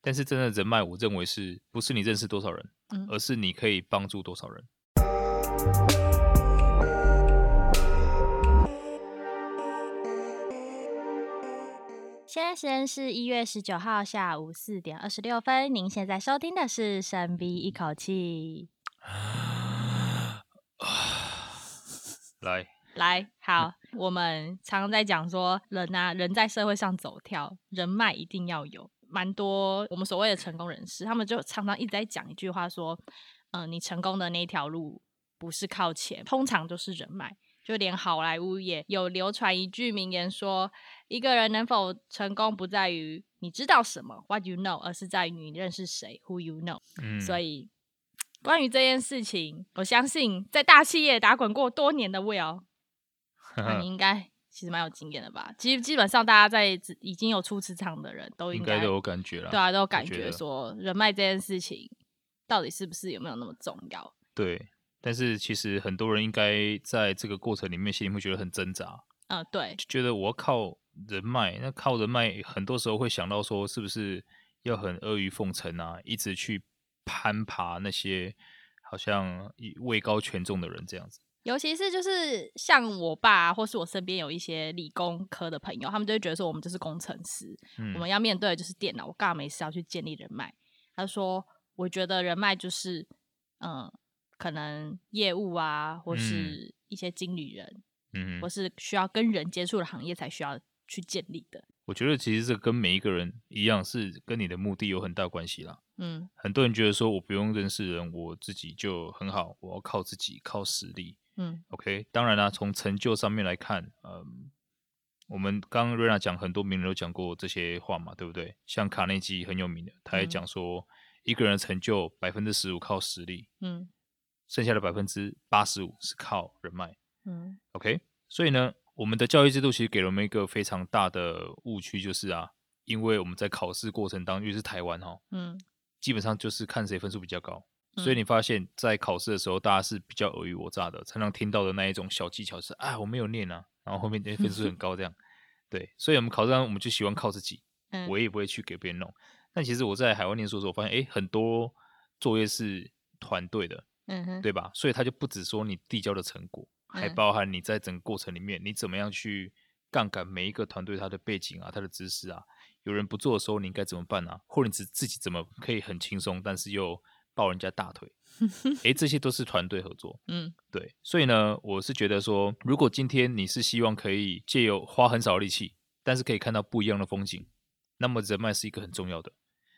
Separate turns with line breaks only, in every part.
但是真的人脉，我认为是不是你认识多少人，
嗯
而是你可以帮助多少人。
现在时间是一月十九号下午四点二十六分，您现在收听的是《深逼一口气
来，》。
来，好，我们常常在讲说，人啊，人在社会上走跳，人脉一定要有。蛮多我们所谓的成功人士，他们就常常一直在讲一句话说，嗯、你成功的那一条路不是靠钱，通常就是人脉。就连好莱坞也有流传一句名言说：“一个人能否成功，不在于你知道什么 （what you know），而是在于你认识谁 （who you know）。”
嗯，
所以，关于这件事情，我相信在大企业打滚过多年的 Will，那
嗯
你应该其实蛮有经验的吧？其实基本上大家在职已经有出职场的人都
应
该
该都有感觉了。
对啊，都有感
觉
觉
得
说人脉这件事情到底是不是有没有那么重要？
对，但是其实很多人应该在这个过程里面，心里会觉得很挣扎，
嗯，对，
就觉得我要靠人脉，那靠人脉，很多时候会想到说，是不是要很阿谀奉承啊，一直去攀爬那些好像一位高权重的人这样子。
尤其是就是像我爸啊、或是我身边有一些理工科的朋友，他们就会觉得说我们就是工程师，
嗯
我们要面对的就是电脑，我干嘛没事要去建立人脉？他说，我觉得人脉就是，嗯、可能业务啊，或是一些经理人，
嗯
或是需要跟人接触的行业才需要去建立的。
我觉得其实这跟每一个人一样，是跟你的目的有很大关系啦。
嗯，
很多人觉得说我不用认识人，我自己就很好，我要靠自己，靠实力。
嗯
，OK。当然啦、从成就上面来看，嗯，我们刚刚瑞娜讲很多名人都讲过这些话嘛，对不对？像卡内基很有名的，他也
嗯
讲说，一个人的成就百分之十五靠实力，
嗯
剩下的百分之八十五是靠人脉。
嗯
OK，所以呢，我们的教育制度其实给了我们一个非常大的误区，就是啊，因为我们在考试过程当中，尤其是台湾哈、哦，
嗯
基本上就是看谁分数比较高。所以你发现，在考试的时候，大家是比较尔虞我诈的，常常听到的那一种小技巧是啊，我没有念啊，然后后面哎分数很高这样。对，所以我们考上我们就喜欢靠自己，
嗯，
我也不会去给别人弄。但其实我在海外念书的时候，我发现哎，很多作业是团队的，
嗯哼，
对吧？所以他就不只说你递交的成果，还
嗯
包含你在整个过程里面，你怎么样去杠杆每一个团队他的背景啊、他的知识啊，有人不做的时候你应该怎么办啊？或者你自自己怎么可以很轻松，但是又抱人家大腿？诶，这些都是团队合作。
嗯
对，所以呢，我是觉得说，如果今天你是希望可以借由花很少的力气，但是可以看到不一样的风景，那么人脉是一个很重要的。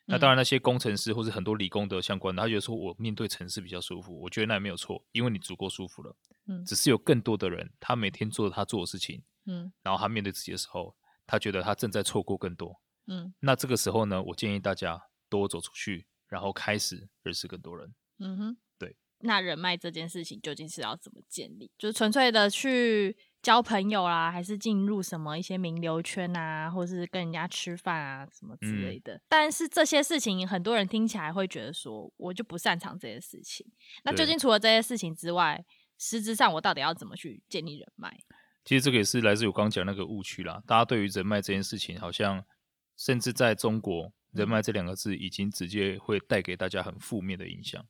那当然，那些工程师或是很多理工的相关的，他觉得说我面对城市比较舒服，我觉得那也没有错，因为你足够舒服了。
嗯
只是有更多的人，他每天做他做的事情，
嗯
然后他面对自己的时候，他觉得他正在错过更多。
嗯
那这个时候呢，我建议大家多走出去，然后开始认识更多人。
嗯哼，
对。
那人脉这件事情究竟是要怎么建立？就是纯粹的去交朋友啦，还是进入什么一些名流圈啊，或是跟人家吃饭啊什么之
嗯
类的？但是这些事情，很多人听起来会觉得说，我就不擅长这些事情。那究
对
竟除了这些事情之外，实质上我到底要怎么去建立人脉？
其实这个也是来自于我刚刚讲那个误区啦。大家对于人脉这件事情，好像甚至在中国，人脉这两个字已经直接会带给大家很负面的影响。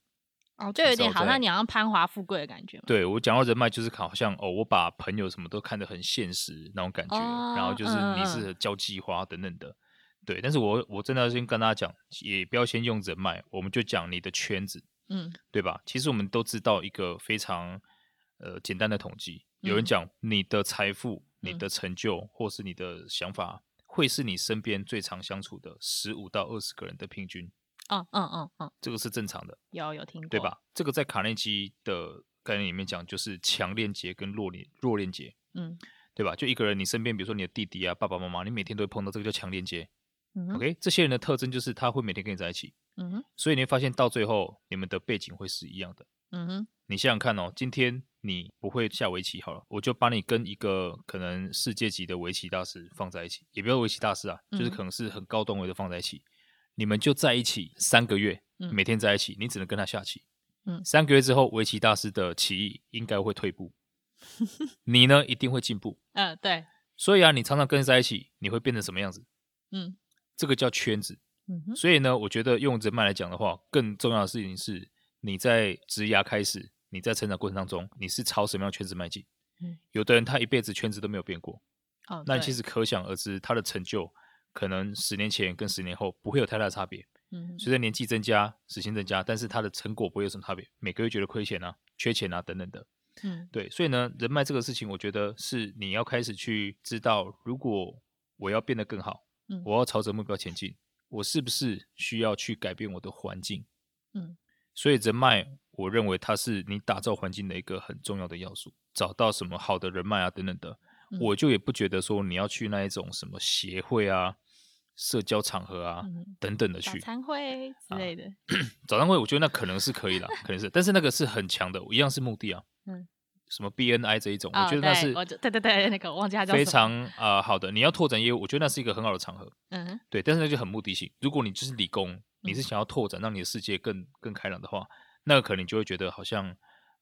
哦，就有
至
点
少
好
在
像你好像攀华富贵的感觉嘛。
对我讲到人脉，就是好像哦，我把朋友什么都看得很现实那种感觉，
哦
然后就是
嗯嗯
你
嗯
是交际花等等的。对，但是我我真的要先跟大家讲，也不要先用人脉，我们就讲你的圈子。
嗯
对吧？其实我们都知道一个非常呃简单的统计，有人
嗯
讲你的财富、你
嗯
的成就或是你的想法，会是你身边最常相处的十五到二十个人的平均，
嗯嗯嗯嗯，
这个是正常的，
有有听过，
对吧？？这个在卡内基的概念里面讲，就是强链接跟弱链弱链接，
嗯
对吧？就一个人，你身边比如说你的弟弟啊、爸爸妈妈，你每天都会碰到，这个叫强链接。
嗯哼
OK，这些人的特征就是他会每天跟你在一起，
嗯哼
所以你会发现到最后，你们的背景会是一样的。
嗯哼
你想想看哦，今天你不会下围棋好了，我就把你跟一个可能世界级的围棋大师放在一起，也不要围棋大师啊，就是
嗯
可能是很高段位的放在一起，你们就在一起三个月，
嗯
每天在一起，你只能跟他下棋。
嗯
三个月之后，围棋大师的棋艺应该会退 步，你呢一定会进步。
嗯，对，
所以啊，你常常跟人在一起，你会变成什么样子？
嗯
这个叫圈子。
嗯哼，
所以呢，我觉得用人脉来讲的话，更重要的事情是你在职涯开始，你在成长过程当中，你是朝什么样的圈子迈进。
嗯
有的人他一辈子圈子都没有变过，
哦，
那
对
其实可想而知，他的成就可能十年前跟十年后不会有太大的差别。
嗯
随着年纪增加，时薪增加，但是他的成果不会有什么差别，每个月觉得亏钱啊、缺钱啊等等的。
嗯
对，所以呢，人脉这个事情，我觉得是你要开始去知道，如果我要变得更好，
嗯
我要朝着目标前进，我是不是需要去改变我的环境？
嗯，
所以人脉，我认为它是你打造环境的一个很重要的要素，找到什么好的人脉啊等等的，
嗯
我就也不觉得说你要去那一种什么协会啊、社交场合啊、
嗯，
等等的
早
去。
餐会之
啊
类的，
早上会，我觉得那可能是可以 啦，可能是，但是那个是很强的，一样是目的啊。
嗯，
什么 BNI 这一种，啊我
哦
觉得那
对
是
我就对对对，那个我忘记它叫
非
什么
常啊、呃好的。你要拓展业务，我觉得那是一个很好的场合，
嗯哼
对，但是那就很目的性。如果你就是理工，你
嗯
是想要拓展，让你的世界更更开朗的话，那可能你就会觉得好像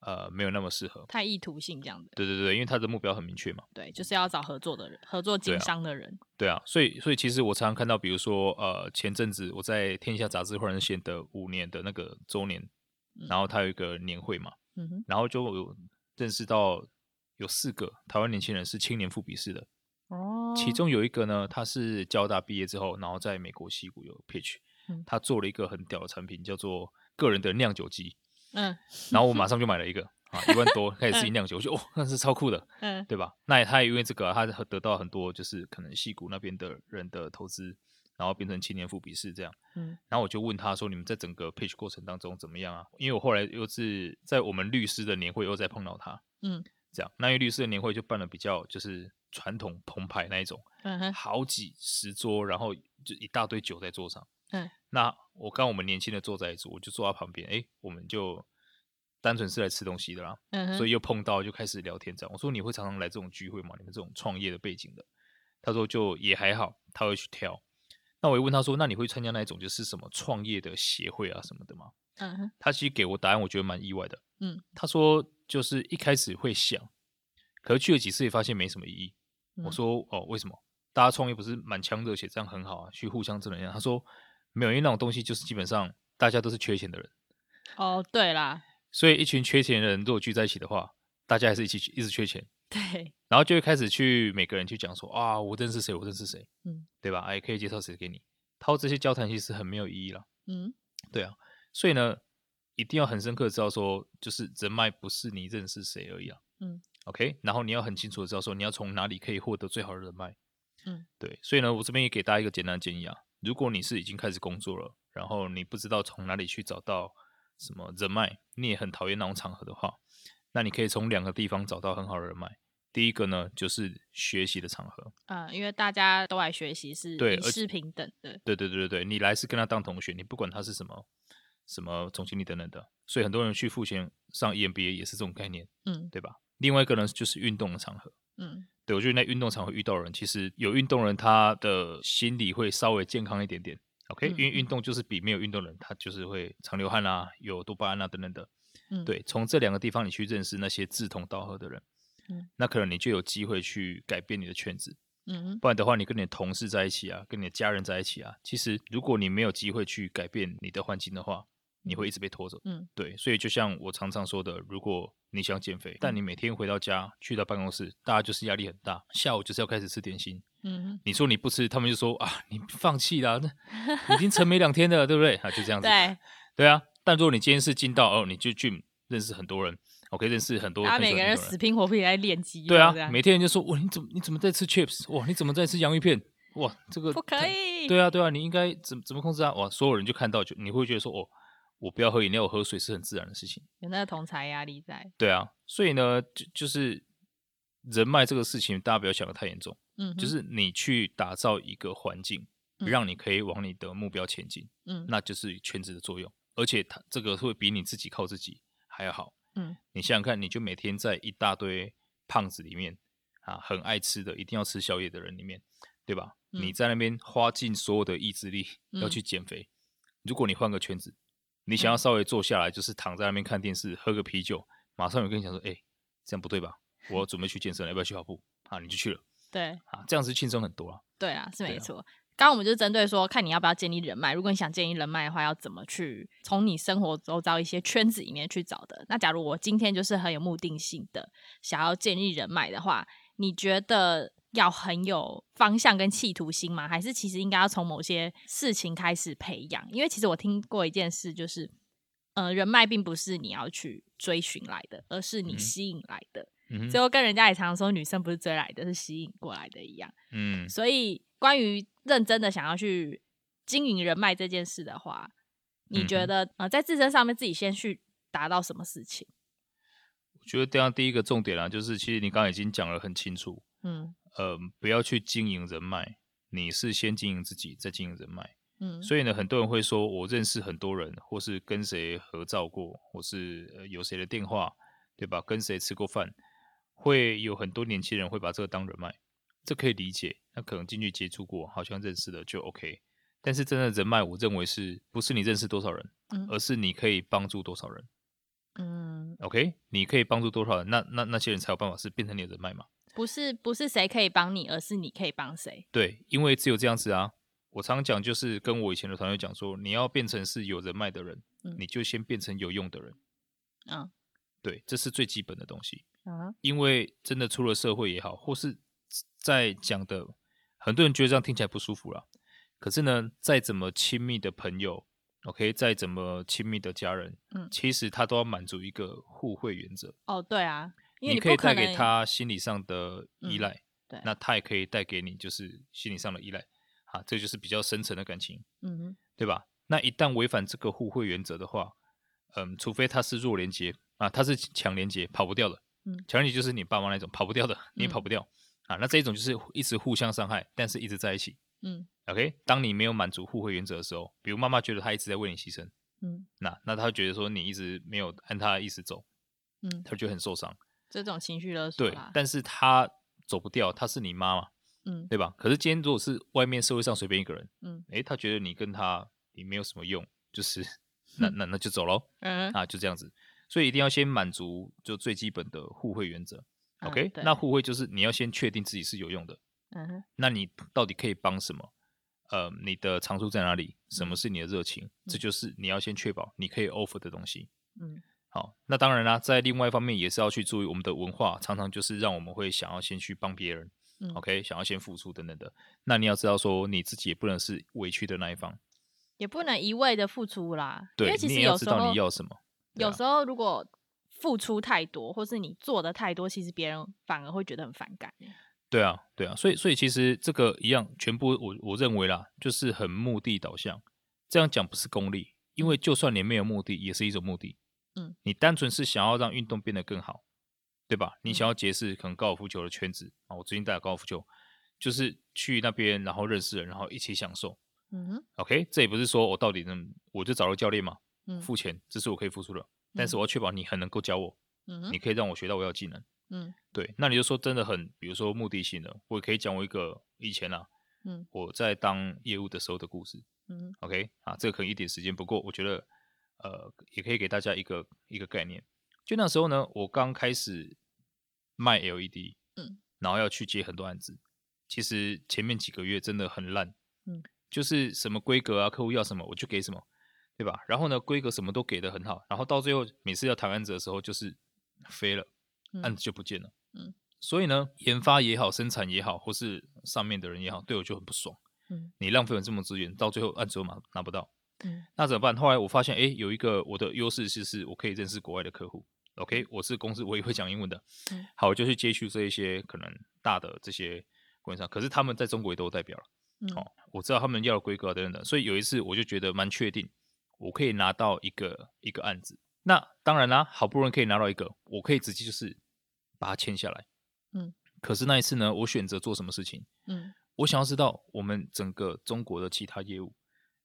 呃没有那么适合。
太意图性这样的，
对对对，因为他的目标很明确嘛。
对，就是要找合作的人，合作
对
经
啊
商的人，
对啊，所以所以其实我常常看到，比如说呃，前阵子我在《天下》杂志忽然显得五年的那个周年，然后它有一个年会嘛，
嗯哼，
然后就有认识到有四个台湾年轻人是青年复笔式的，
哦
其中有一个呢，他是交大毕业之后，然后在美国西谷有 pitch，、
嗯
他做了一个很屌的产品，叫做个人的酿酒 机，
嗯
然后我马上就买了一个啊，一万多开始自己酿酒，我觉得哦，那是超酷的，
嗯
对吧？那也他也因为这个啊、他得到很多就是可能西谷那边的人的投资，然后变成青年富比士这样。
嗯
然后我就问他说：“你们在整个 pitch 过程当中怎么样啊？”因为我后来又是在我们律师的年会又再碰到他，
嗯
这样，那因为律师的年会就办的比较就是传统澎湃那一种。
嗯哼
好几十桌，然后就一大堆酒在桌上。
嗯，
那我刚我们年轻的坐在一组，我就坐他旁边，哎，我们就单纯是来吃东西的啦，
嗯哼，
所
以
以又碰到就开始聊天这样。我说你会常常来这种聚会吗？你们这种创业的背景的？他说就也还好，他会去挑。那我也问他说，那你会参加那一种就是什么创业的协会啊什么的吗？
嗯哼
他其实给我答案，我觉得蛮意外的。
嗯，
他说就是一开始会想，可是去了几次也发现没什么意义。
嗯
我说哦，为什么？大家创业不是满腔热血，这样很好啊，去互相正能量。他说没有，因为那种东西就是基本上大家都是缺钱的人，
哦对啦，
所以一群缺钱的人如果聚在一起的话，大家还是一起一直缺钱，
对，
然后就会开始去每个人去讲说啊，我认识谁，我认识谁，
嗯，
对吧？哎，可以介绍谁给你。他说这些交谈其实很没有意义啦。
嗯
对啊，所以呢，一定要很深刻地知道说，就是人脉不是你认识谁而已啊。
嗯
，OK，然后你要很清楚的知道说，你要从哪里可以获得最好的人脉。
嗯，
对，所以呢，我这边也给大家一个简单的建议啊，如果你是已经开始工作了，然后你不知道从哪里去找到什么人脉，你也很讨厌那种场合的话，那你可以从两个地方找到很好的人脉。第一个呢，就是学习的场合，
啊、因为大家都来学习是
对
一
而
视平等的，
对对对对对，你来是跟他当同学，你不管他是什么什么总经理等等的，所以很多人去付钱上 E EMBA 也是这种概念，
嗯
对吧？另外一个呢就是运动的场合，
嗯
对我觉得在运动场合遇到的人，其实有运动人他的心理会稍微健康一点点，OK？、
嗯
因为
嗯
运动就是比没有运动的人，他就是会常流汗啊，有多巴胺啊等等的，
嗯，，
对，从这两个地方你去认识那些志同道合的人，
嗯
那可能你就有机会去改变你的圈子。
嗯
不然的话，你跟你的同事在一起啊，跟你的家人在一起啊，其实如果你没有机会去改变你的环境的话，你会一直被拖着。
嗯，
对，所以就像我常常说的，如果你想减
嗯
肥，但你每天回到家去到办公室，大家就是压力很大，下午就是要开始吃点心。
嗯
你说你不吃，他们就说啊，你放弃啦， 那已经沉没两天了，对不对？啊，就这样
嗯，
子。
对，
对啊，但如果你今天是进到哦，你就去认识很多人，OK，认识很多，
大家
很喜
啊每
欢
个
运
人
动
死拼活拼地在练肌
啊
肉，
对
这
啊，
样
每天人就说哇，你怎么你怎么在吃 chips？哇，你怎么在吃洋芋片？哇，这个
不可
太
以，
对啊，对啊，你应该怎怎么控制啊？哇，所有人就看到，就你会觉得说，哦，我不要喝饮料，我喝水是很自然的事情。
有那个同才压力在，
对啊，所以呢，就就是人脉这个事情，大家不要想的太严重，
嗯哼，
就是你去打造一个环境，
嗯
让你可以往你的目标前进，
嗯
那就是圈子的作用。而且它这个会比你自己靠自己还要好。
嗯
你想想看，你就每天在一大堆胖子里面啊，很爱吃的，一定要吃宵夜的人里面，对吧？
嗯
你在那边花尽所有的意志力要
嗯
去减肥，如果你换个圈子，你想要
嗯
稍微坐下来，就是躺在那边看电视，喝个啤酒，马上有跟你讲说，哎、这样不对吧？我要准备去健身了，要不要去跑步啊？你就去了
对
啊，这样子轻松很多啊。
对啊，是
对
没
啊
错。刚刚我们就针对说，看你要不要建立人脉。如果你想建立人脉的话，要怎么去从你生活周遭一些圈子里面去找的？那假如我今天就是很有目的性的想要建立人脉的话，你觉得要很有方向跟企图心吗？还是其实应该要从某些事情开始培养？因为其实我听过一件事，就是呃，人脉并不是你要去追寻来的，而是你
嗯
吸引来的。
嗯
最
哼
后跟人家也常说，女生不是追来的，是吸引过来的一样。
嗯，
所以，关于认真的想要去经营人脉这件事的话，你
嗯
觉
哼
得、呃，在自身上面自己先去达到什么事情？
我觉得这样第一个重点啊，就是其实你刚刚已经讲得很清楚，
嗯
呃，不要去经营人脉，你是先经营自己，再经营人脉。
嗯
所以呢，很多人会说我认识很多人，或是跟谁合照过，或是呃有谁的电话，对吧？跟谁吃过饭，会有很多年轻人会把这个当人脉，这可以理解。那可能进去接触过，好像认识了就 OK。但是真的人脉，我认为是不是你认识多少人，
嗯
而是你可以帮助多少人。
嗯，
OK，你可以帮助多少人，那那那些人才有办法是变成你的人脉嘛？
不是不是谁可以帮你，而是你可以帮谁。
对，因为只有这样子啊。我常讲就是跟我以前的团队讲说，你要变成是有人脉的人，
嗯
你就先变成有用的人。
嗯
对，这是最基本的东西。
嗯
因为真的出了社会也好，或是在讲的，很多人觉得这样听起来不舒服啦。可是呢，再怎么亲密的朋友，OK，再怎么亲密的家人，
嗯
其实他都要满足一个互惠原则。
哦，对啊，因为
你
不
可以带
能
给他心理上的依
嗯
赖，
对
那他也可以带给你就是心理上的依赖，啊，这就是比较深层的感情，
嗯
对吧？那一旦违反这个互惠原则的话，嗯，除非他是弱连接啊，他是强连接，跑不掉的。
嗯
强连接就是你爸妈那种跑不掉的，你也
嗯
跑不掉、啊。那这一种就是一直互相伤害，但是一直在一起。
嗯
OK，当你没有满足互惠原则的时候，比如妈妈觉得她一直在为你牺牲，
嗯
那那她会觉得说你一直没有按她的意思走，
嗯，
她就觉得很受伤。
这种情绪勒索
对
啦，，
但是她走不掉，她是你妈妈，
嗯
对吧？可是今天如果是外面社会上随便一个人，
嗯
诶，他觉得你跟他也没有什么用，就是 那那那就走喽。
嗯
啊，就这样子。所以一定要先满足就最基本的互惠原则。
嗯
OK，、
对
那互惠就是你要先确定自己是有用的，
嗯
那你到底可以帮什么？呃，你的长处在哪里？什
嗯
么是你的热情？这就是你要先确保你可以 offer 的东西。
嗯
好，那当然啦，在另外一方面也是要去注意我们的文化，常常就是让我们会想要先去帮别人、
嗯
o k 想要先付出等等的。那你要知道说，你自己也不能是委屈的那一方，
也不能一味的付出啦，因
对
为，其
你
实
也要
有
知
时候
道你要什么。对
有
啊
时候如果付出太多，或是你做的太多，其实别人反而会觉得很反感。欸
对啊，对啊，所以所以其实这个一样，全部我我认为啦，就是很目的导向。这样讲不是功利，因为就算你没有目的，也是一种目的。
嗯，
你单纯是想要让运动变得更好，对吧？你
嗯
想要结识可能高尔夫球的圈子啊，我最近打高尔夫球，就是去那边然后认识人，然后一起享受。
嗯
OK，这也不是说我到底能我就找了教练嘛，
嗯
付钱，这是我可以付出的，但是我要确保你很能够教我，
嗯
你可以让我学到我要的技能。
嗯
对，那你就说真的很，比如说目的性的，我也可以讲我一个以前啊，
嗯
我在当业务的时候的故事。
嗯
OK 啊，这个可能一点时间不过，我觉得呃也可以给大家一个一个概念。就那时候呢，我刚开始卖 LED，
嗯，
然后要去接很多案子，其实前面几个月真的很烂，
嗯，
就是什么规格啊，客户要什么我就给什么，对吧？然后呢，规格什么都给的很好，然后到最后每次要谈案子的时候就是飞了。案
嗯
子就不见了。
嗯，
所以呢，研发也好，生产也好，或是上面的人也好，对我就很不爽。
嗯，
你浪费了这么多资源，到最后案子又拿拿不到，
嗯
那怎么办？后来我发现，诶，有一个我的优势就是我可以认识国外的客户。OK，我是公司，我也会讲英文的。
嗯
好，我就去接触这一些可能大的这些供应商，可是他们在中国也都有代表了。
嗯
哦，我知道他们要的规格啊等等的，所以有一次我就觉得蛮确定，我可以拿到一个一个案子。那当然啦、好不容易可以拿到一个，我可以直接就是把它签下来。
嗯，
可是那一次呢，我选择做什么事情？
嗯
我想要知道我们整个中国的其他业务，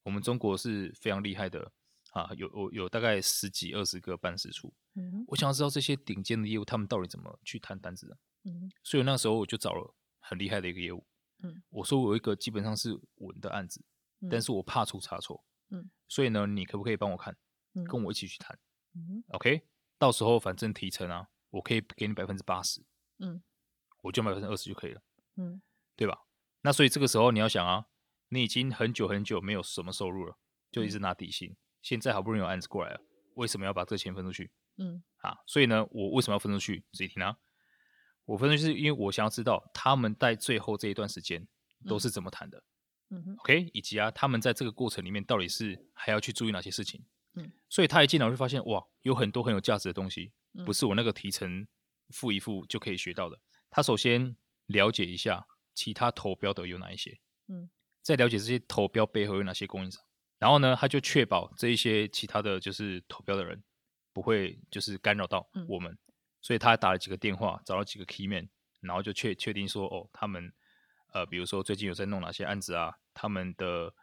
我们中国是非常厉害的啊，有有有大概十几二十个办事处，
嗯
我想要知道这些顶尖的业务他们到底怎么去谈单子的。
嗯
所以那时候我就找了很厉害的一个业务，
嗯，
我说我有一个基本上是稳的案子，但
嗯
是我怕出差错，
嗯，
所以呢，你可不可以帮我看，
嗯
跟我一起去谈
嗯
，OK？到时候反正提成啊，我可以给你百分之八十，
嗯，
我就百分之二十就可以了，
嗯
对吧？那所以这个时候你要想啊，你已经很久很久没有什么收入了，就一直拿底薪，现在好不容易有案子过来了，为什么要把这个钱分出去？
嗯
啊，所以呢，我为什么要分出去？自己听啊。我分出去是因为我想要知道他们在最后这一段时间都是怎么谈的、
嗯哼
o k 以及啊，他们在这个过程里面到底是还要去注意哪些事情。
嗯，
所以他一进来我就发现，哇，有很多很有价值的东西，不
嗯
是我那个提成付一付就可以学到的。他首先了解一下其他投标的有哪一些，
嗯，
再了解这些投标背后有哪些供应商，然后呢，他就确保这一些其他的就是投标的人不会就是干扰到
嗯
我们，所以他打了几个电话，找了几个 key man，然后就确确定说，哦，他们呃，比如说最近有在弄哪些案子啊，他们的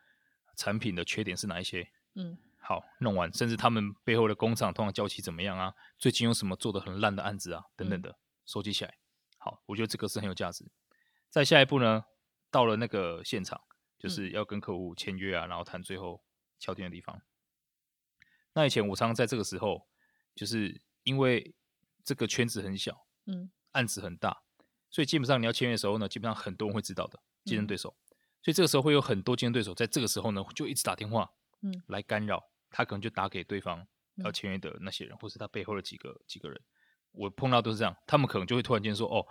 产品的缺点是哪一些，
嗯
好弄完，甚至他们背后的工厂通常交期怎么样啊？最近有什么做的很烂的案子啊？等等的，收集起来。好，我觉得这个是很有价值。再下一步呢，到了那个现场，就是要跟客户签约啊，然后谈最后敲定的地方。那以前我常常在这个时候，就是因为这个圈子很小，
嗯
案子很大，所以基本上你要签约的时候呢，基本上很多人会知道的竞争
嗯
对手。所以这个时候会有很多竞争对手在这个时候呢，就一直打电话，
嗯，
来干扰，他可能就打给对方要
嗯
签约的那些人，或是他背后的几个几个人。我碰到都是这样，他们可能就会突然间说：“哦，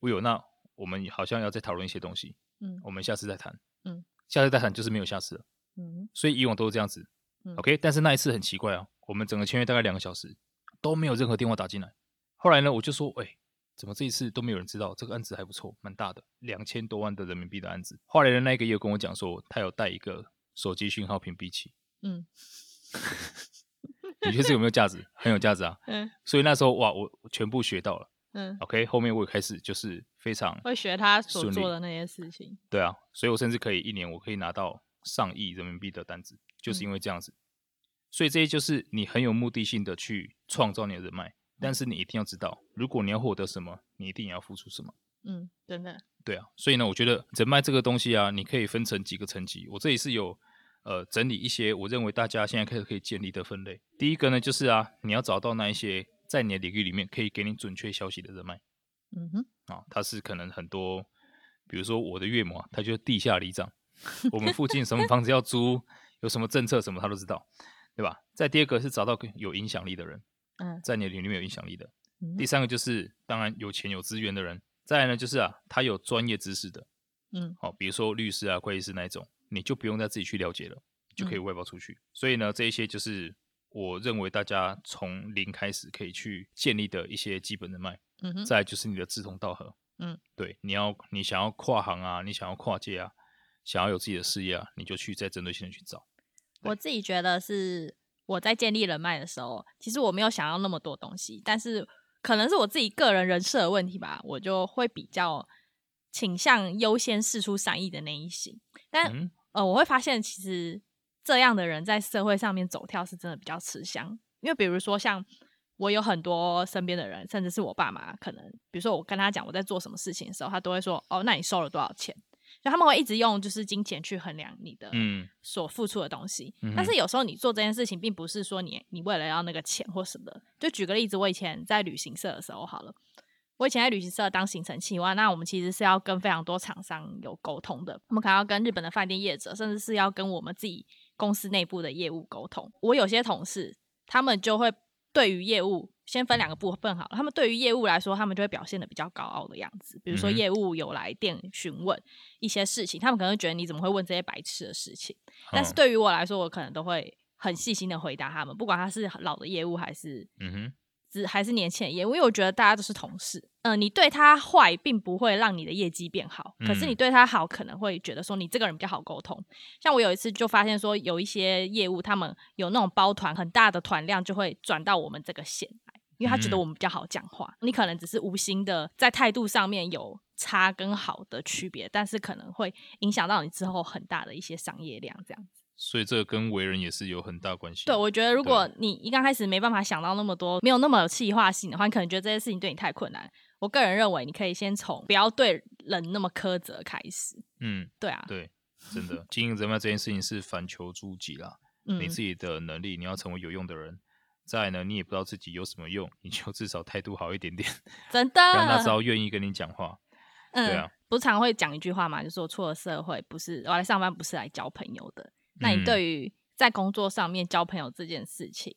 我有，那我们好像要再讨论一些东西，
嗯
我们下次再谈。”
嗯，
下次再谈就是没有下次了。
嗯
所以以往都是这样子。
嗯
OK，但是那一次很奇怪啊，我们整个签约大概两个小时都没有任何电话打进来。后来呢，我就说，哎、怎么这一次都没有人知道这个案子还不错，蛮大的，两千多万的人民币的案子。后来的那一个也有跟我讲说，他有带一个手机讯号屏蔽器。
嗯
你觉得这有没有价值？很有价值啊！
嗯
所以那时候哇，我我全部学到了。
嗯，
OK，后面我也开始就是非常
会学他所
顺利
做的那些事情。
对啊，所以我甚至可以一年我可以拿到上亿人民币的单子，就是因为这样子。所以这些就是你很有目的性的去创造你的人脉，但是你一定要知道，如果你要获得什么，你一定也要付出什么。
嗯，真的。
对啊，所以呢，我觉得人脉这个东西啊，你可以分成几个层级。我这里是有呃整理一些我认为大家现在开始可以建立的分类。第一个呢，就是啊，你要找到那一些在你的领域里面可以给你准确消息的人脉。
嗯哼，
啊，他是可能很多，比如说我的岳母啊，她就是地下里长， 我们附近什么房子要租，有什么政策什么，他都知道，对吧？再第二个是找到更有影响力的人，
嗯
在你的领域里面有影响力的。
嗯
第三个就是当然有钱有资源的人，再来呢就是啊，他有专业知识的，
嗯
哦，比如说律师啊、会计师那一种，你就不用再自己去了解了，就
嗯
可以外包出去。所以呢，这一些就是我认为大家从零开始可以去建立的一些基本人脉。
嗯哼，
再来就是你的志同道合，
嗯，
对，你要你想要跨行啊，你想要跨界啊，想要有自己的事业啊，你就去再针对性的去找，
我自己觉得是我在建立人脉的时候，其实我没有想要那么多东西，但是可能是我自己个人人设的问题吧，我就会比较倾向优先试出善意的那一型。但、
嗯，
呃，我会发现其实这样的人在社会上面走跳是真的比较吃香，因为比如说像我有很多身边的人，甚至是我爸妈，可能比如说我跟他讲我在做什么事情的时候，他都会说哦，那你收了多少钱？就他们会一直用就是金钱去衡量你的
嗯
所付出的东西。
嗯哼
但是有时候你做这件事情，并不是说你你为了要那个钱或什么的。就举个例子，我以前在旅行社的时候，好了，我以前在旅行社当行程企划，那我们其实是要跟非常多厂商有沟通的，我们可能要跟日本的饭店业者，甚至是要跟我们自己公司内部的业务沟通。我有些同事，他们就会对于业务。先分两个部分好了，他们对于业务来说，他们就会表现的比较高傲的样子，比如说
嗯哼
业务有来电询问一些事情，他们可能会觉得你怎么会问这些白痴的事情。但是
哦，
对于我来说，我可能都会很细心的回答他们，不管他是老的业务还是
嗯哼，
只还是年轻的业务，因为我觉得大家都是同事。嗯、你对他坏并不会让你的业绩变好，可是
嗯
你对他好，可能会觉得说你这个人比较好沟通。像我有一次就发现说，有一些业务他们有那种包团很大的团量，就会转到我们这个线来，因为他觉得
嗯
我们比较好讲话。你可能只是无心的在态度上面有差跟好的区别，但是可能会影响到你之后很大的一些商业量这样。
所以这个跟为人也是有很大关系。
对，我觉得如果你一刚开始没办法想到那么多，没有那么有计划性的话，你可能觉得这些事情对你太困难。我个人认为，你可以先从不要对人那么苛责开始。
嗯，
对啊，
对，真的经营人脉这件事情是反求诸己啦，
嗯
你自己的能力，你要成为有用的人。再来呢，你也不知道自己有什 么用，你就至少态度好一点点，
真的
让大家知道愿意跟你讲话。
嗯，
对啊，
不是常会讲一句话嘛，就说出了社会不是我来上班不是来交朋友的。那你
嗯
对于在工作上面交朋友这件事情，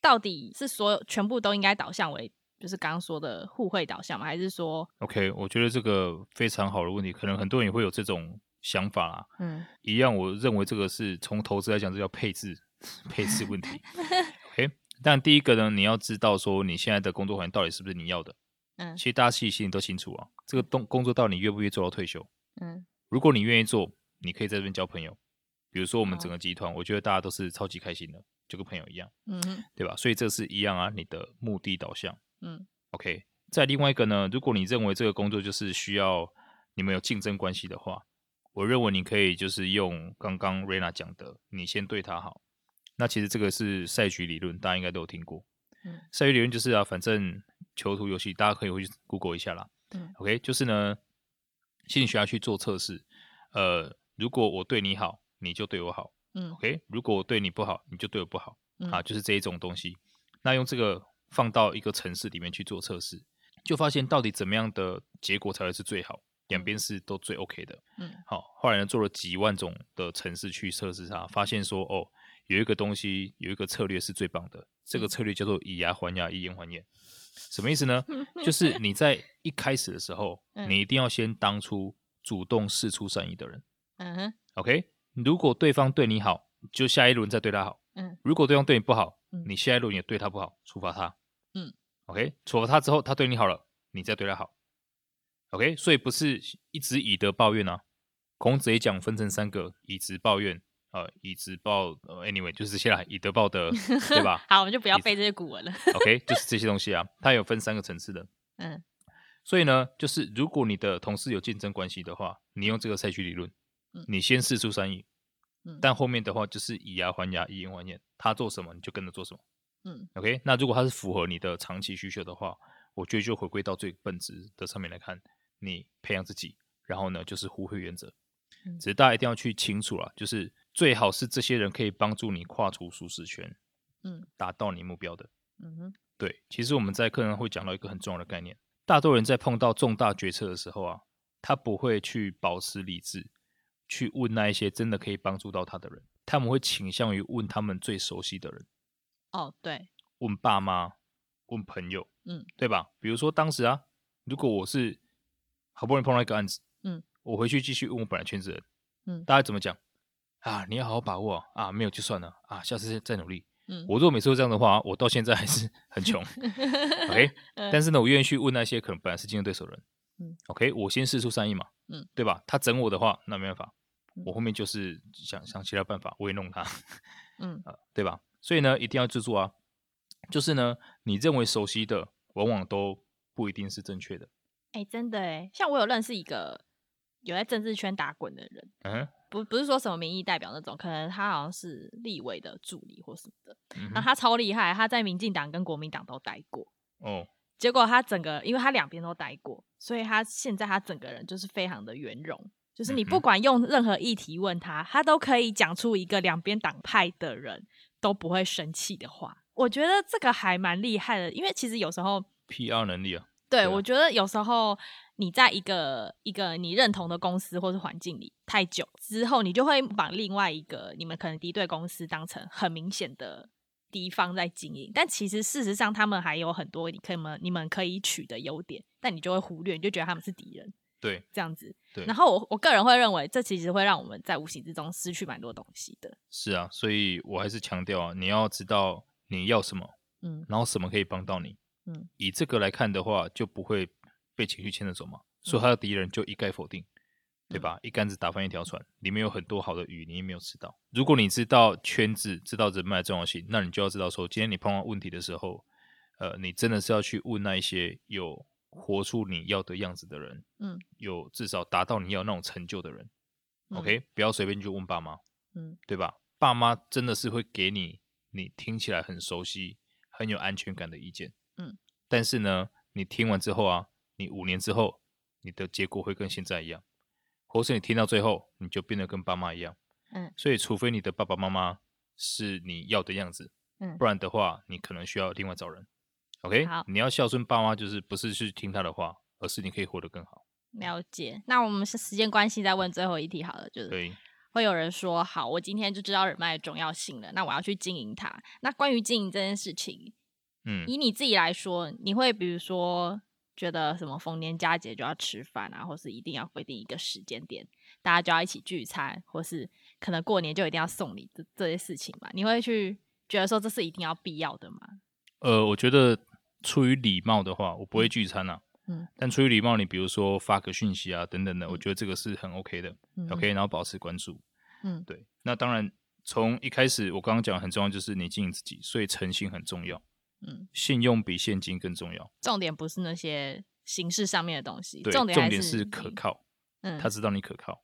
到底是所有全部都应该导向为就是刚刚说的互惠导向吗？还是说
OK，我觉得这个非常好的问题，可能很多人也会有这种想法啦。
嗯
一样，我认为这个是从投资来讲，这叫配置配置问 题。OK，但第一个呢，你要知道说你现在的工作环境到底是不是你要的。
嗯
其实大家心里心里都清楚啊，这个工工作到底你愿不愿意做到退休？
嗯
如果你愿意做，你可以在这边交朋友。比如说我们
哦
整个集团，我觉得大家都是超级开心的，就跟朋友一样，
嗯哼
对吧？所以这是一样啊，你的目的导向。
嗯
OK，再另外一个呢，如果你认为这个工作就是需要你们有竞争关系的话，我认为你可以就是用刚刚 Rena 讲的，你先对他好。那其实这个是赛局理论，大家应该都有听过。
嗯
赛局理论就是啊，反正囚徒游戏，大家可以回去 Google 一下啦。
嗯
OK，就是呢，心理学家去做测试，呃，如果我对你好，你就对我好
嗯
；OK，如果我对你不好，你就对我不好。
嗯
啊，就是这一种东西。那用这个放到一个城市里面去做测试，就发现到底怎么样的结果才会是最好，两边是都最 OK 的。
嗯，
好，后来呢做了几万种的城市去测试它，发现说哦，有一个东西有一个策略是最棒的，这
嗯
个策略叫做以牙还牙，以眼还眼。什么意思 呢？就是你在一开始的时候，
嗯
你一定要先当出主动试出善意的人。
嗯哼
OK，如果对方对你好，就下一轮再对他好。
嗯，
如果对方对你不好，
嗯
你下一轮也对他不好，处罚他。
嗯
，OK，处罚他之后，他对你好了，你再对他好。OK，所以不是一直以德报怨啊。孔子也讲分成三个：以直报怨，呃，以直报、呃、，anyway，就是这些啦，以德报 德，对吧
好，我们就不要背这些古文了。
？OK，就是这些东西啊，它有分三个层次的。
嗯
所以呢，就是如果你的同事有竞争关系的话，你用这个赛区理论
嗯，
你先试出善意，
嗯
但后面的话就是以牙还牙，以眼还眼，他做什么你就跟着做什么。
嗯
，OK，那如果他是符合你的长期需求的话，我觉得就回归到最本质的上面来看，你培养自己，然后呢就是互惠原则
嗯。
只是大家一定要去清楚啦，就是最好是这些人可以帮助你跨出舒适圈，
嗯
达到你目标的。
嗯哼
对，其实我们在课堂上会讲到一个很重要的概念，大多人在碰到重大决策的时候啊，他不会去保持理智，去问那一些真的可以帮助到他的人，他们会倾向于问他们最熟悉的人，
哦对
问爸妈，问朋友，
嗯，
对吧？比如说当时啊，如果我是好不容易碰到一个案子，
嗯，
我回去继续问我本来圈子的人，
嗯
大家怎么讲啊？你要好好把握啊，啊没有就算了啊，下次再努力。
嗯
我如果每次都这样的话，啊我到现在还是 很穷。OK，
嗯
但是呢，我愿意去问那些可能本来是竞争对手的人。
嗯
OK，我先试出善意嘛，
嗯，
对吧？他整我的话，那没办法
嗯，
我后面就是想想其他办法，我也弄他，
嗯
对吧？所以呢，一定要记住啊，就是呢，你认为熟悉的，往往都不一定是正确的。
哎、真的哎，像我有认识一个有在政治圈打滚的人，
嗯哼
不不是说什么民意代表那种，可能他好像是立委的助理或什么的。
嗯
那
哼，
他超厉害，他在民进党跟国民党都待过。
哦，
结果他整个，因为他两边都待过，所以他现在他整个人就是非常的圆融，就是你
嗯
不
哼
管用任何议题问他，他都可以讲出一个两边党派的人都不会生气的话。我觉得这个还蛮厉害的，因为其实有时候
PR 能力啊，
对，
对啊
我觉得有时候你在一个一个你认同的公司或是环境里太久之后，你就会把另外一个你们可能敌对公司当成很明显的敌方在经营，但其实事实上他们还有很多你可以们你们可以取的优点，但你就会忽略，你就觉得他们是敌人
对
这样子。
对
然后我我个人会认为，这其实会让我们在无形之中失去蛮多东西的。
是啊，所以我还是强调啊，你要知道你要什么，
嗯
然后什么可以帮到你。
嗯，
以这个来看的话，就不会被情绪牵着走嘛。
嗯
所以他的敌人就一概否定，对吧？一竿子打翻一条船，里面有很多好的鱼，你也没有吃到。如果你知道圈子、知道人脉的重要性，那你就要知道说，今天你碰到问题的时候，呃，你真的是要去问那一些有活出你要的样子的人，
嗯，
有至少达到你要那种成就的人。
嗯
OK，不要随便就问爸妈，
嗯，
对吧？爸妈真的是会给你你听起来很熟悉、很有安全感的意见，
嗯，
但是呢，你听完之后啊，你五年之后，你的结果会跟现在一样，或是你听到最后，你就变得跟爸妈一样，
嗯，
所以除非你的爸爸妈妈是你要的样子，
嗯
不然的话，你可能需要另外找人。OK，
好
你要孝顺爸妈，就是不是去听他的话，而是你可以活得更好。
了解。那我们是时间关系，再问最后一题好了，就是
对，
会有人说，好，我今天就知道人脉的重要性了，那我要去经营它。那关于经营这件事情，
嗯，
以你自己来说，你会比如说觉得什么逢年佳节就要吃饭啊，或是一定要规定一个时间点，大家就要一起聚餐，或是可能过年就一定要送礼这这些事情嘛？你会去觉得说这是一定要必要的吗？
呃，我觉得出于礼貌的话，我不会聚餐啊。
嗯，
但出于礼貌，你比如说发个讯息啊，等等的，我觉得这个是很 OK 的。
嗯
OK，然后保持关注。
嗯
对。那当然，从一开始我刚刚讲很重要，就是你经营自己，所以诚信很重要。
嗯，
信用比现金更重要。
重点不是那些形式上面的东西，
对，
重
重
点还
是可
你。
靠，
嗯，
他知道你可靠。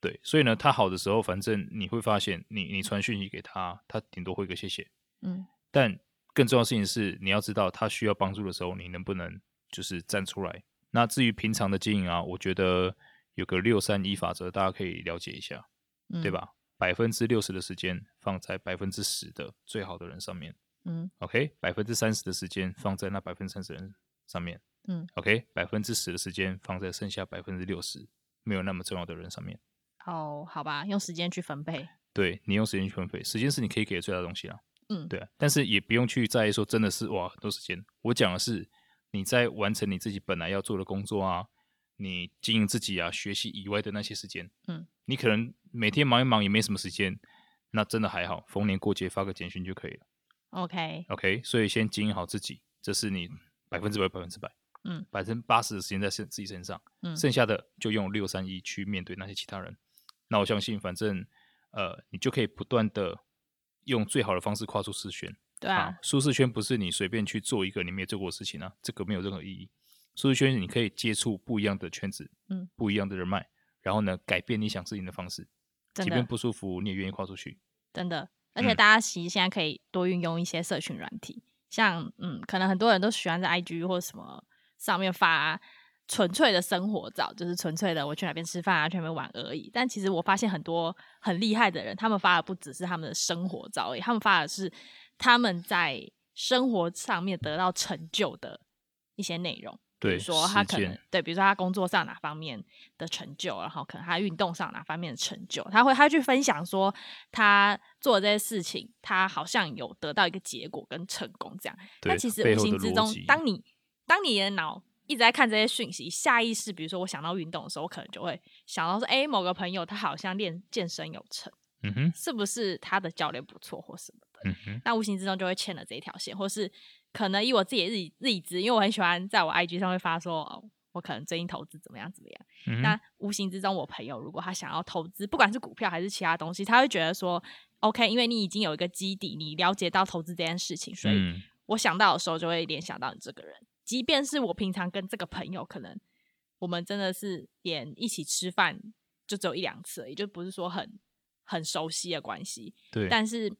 对，所以呢，他好的时候，反正你会发现你，你传讯息给他，他顶多会个谢谢。
嗯
但更重要的事情是，你要知道他需要帮助的时候，你能不能就是站出来。那至于平常的经营啊，我觉得有个六三一法则，大家可以了解一下。
嗯
对？吧？百分之六十的时间放在百分之十的最好的人上面
嗯
，OK？百分之三十的时间放在那百分之三十人上面，
嗯
，OK？百分之十的时间放在剩下百分之六十没有那么重要的人上面。
哦，好吧，用时间去分配。
对你用时间去分配，时间是你可以给的最大的东西啦。
嗯
对啊、但是也不用去在意说真的是哇很多时间。我讲的是你在完成你自己本来要做的工作啊，你经营自己啊，学习以外的那些时间。
嗯，
你可能每天忙一忙也没什么时间，那真的还好，逢年过节发个简讯就可以了。
OK，
OK，所以先经营好自己，这是你百分之百百分之百，
嗯，
百分之八十的时间在身自己身上，
嗯
剩下的就用六三一去面对那些其他人。那我相信，反正呃，你就可以不断的用最好的方式跨出四圈。
对啊，
舒适圈不是你随便去做一个你没有做过的事情啊，这个没有任何意义。舒适圈你可以接触不一样的圈子，
嗯，
不一样的人脉，然后呢，改变你想事情的方式，
真
即便
的
不舒服，你也愿意跨出去。
真的，而且
嗯
大家其实现在可以多运用一些社群软体，像嗯，可能很多人都喜欢在 IG 或什么上面发纯粹的生活照，就是纯粹的我去哪边吃饭啊，去哪边玩而已。但其实我发现很多很厉害的人，他们发的不只是他们的生活照而已，他们发的是他们在生活上面得到成就的一些内容。比
对，
如说他
实
可能
践
对，比如说他工作上哪方面的成就，然后可能他运动上哪方面的成就，他会他去分享说他做的这些事情，他好像有得到一个结果跟成功这样。那
对
其实
背
无
后
形
的
之
逻
中
辑，
当你当你的脑一直在看这些讯息，下意识，比如说我想到运动的时候，我可能就会想到说，哎，某个朋友他好像练健身有成，
嗯哼，
是不是他的教练不错或什么的？
嗯哼。
那无形之中就会欠了这一条线，或是可能以我自己的日日知，因为我很喜欢在我 IG 上面发说，哦，我可能最近投资怎么样怎么样。
嗯
那无形之中，我朋友如果他想要投资，不管是股票还是其他东西，他会觉得说，OK，因为你已经有一个基底，你了解到投资这件事情，所以
嗯
我想到的时候就会联想到你这个人。即便是我平常跟这个朋友，可能我们真的是连一起吃饭就只有一两次而已，也就不是说很很熟悉的关系，
对，
但是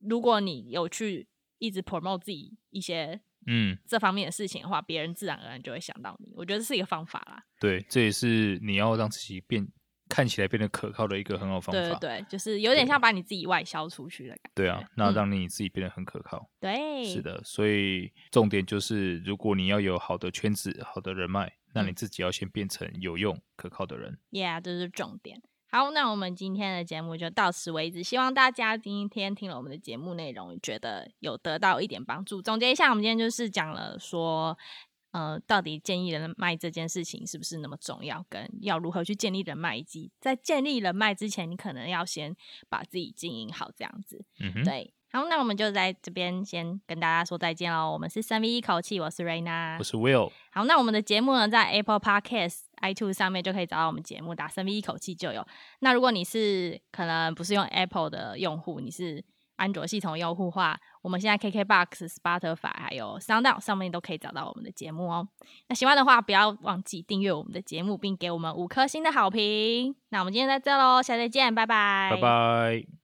如果你有去一直 promote 自己一些
嗯，
这方面的事情的话，别人自然而然就会想到你。我觉得这是一个方法啦。
对，这也是你要让自己变看起来变得可靠的一个很好方法。
对对对，就是有点像把你自己外销出去的感觉。
对啊，那
嗯
让你自己变得很可靠。
对，
是，的，所以重点就是，如果你要有好的圈子、好的人脉，那你
嗯
自己要先变成有用、可靠的人。
，Yeah，这是重点。好，那我们今天的节目就到此为止。希望大家今天听了我们的节目内容，觉得有得到一点帮助。总结一下，我们今天就是讲了说，呃，到底建立人脉这件事情是不是那么重要，跟要如何去建立人脉，以及在建立人脉之前，你可能要先把自己经营好，这样子。
嗯哼，
对，好，那我们就在这边先跟大家说再见喽。我们是三 V 一口气，我是瑞娜
我，是 Will，
好，那我们的节目呢，在 Apple Podcast、iTunes 上面就可以找到我们节目，打三 V 一口气就有。那如果你是可能不是用 Apple 的用户，你是安卓系统用户的话，我们现在 KKBox、Spotify 还有 SoundOn 上面都可以找到我们的节目哦。那喜欢的话，不要忘记订阅我们的节目，并给我们五颗星的好评。那我们今天在这喽，下次再见，拜拜，
拜拜。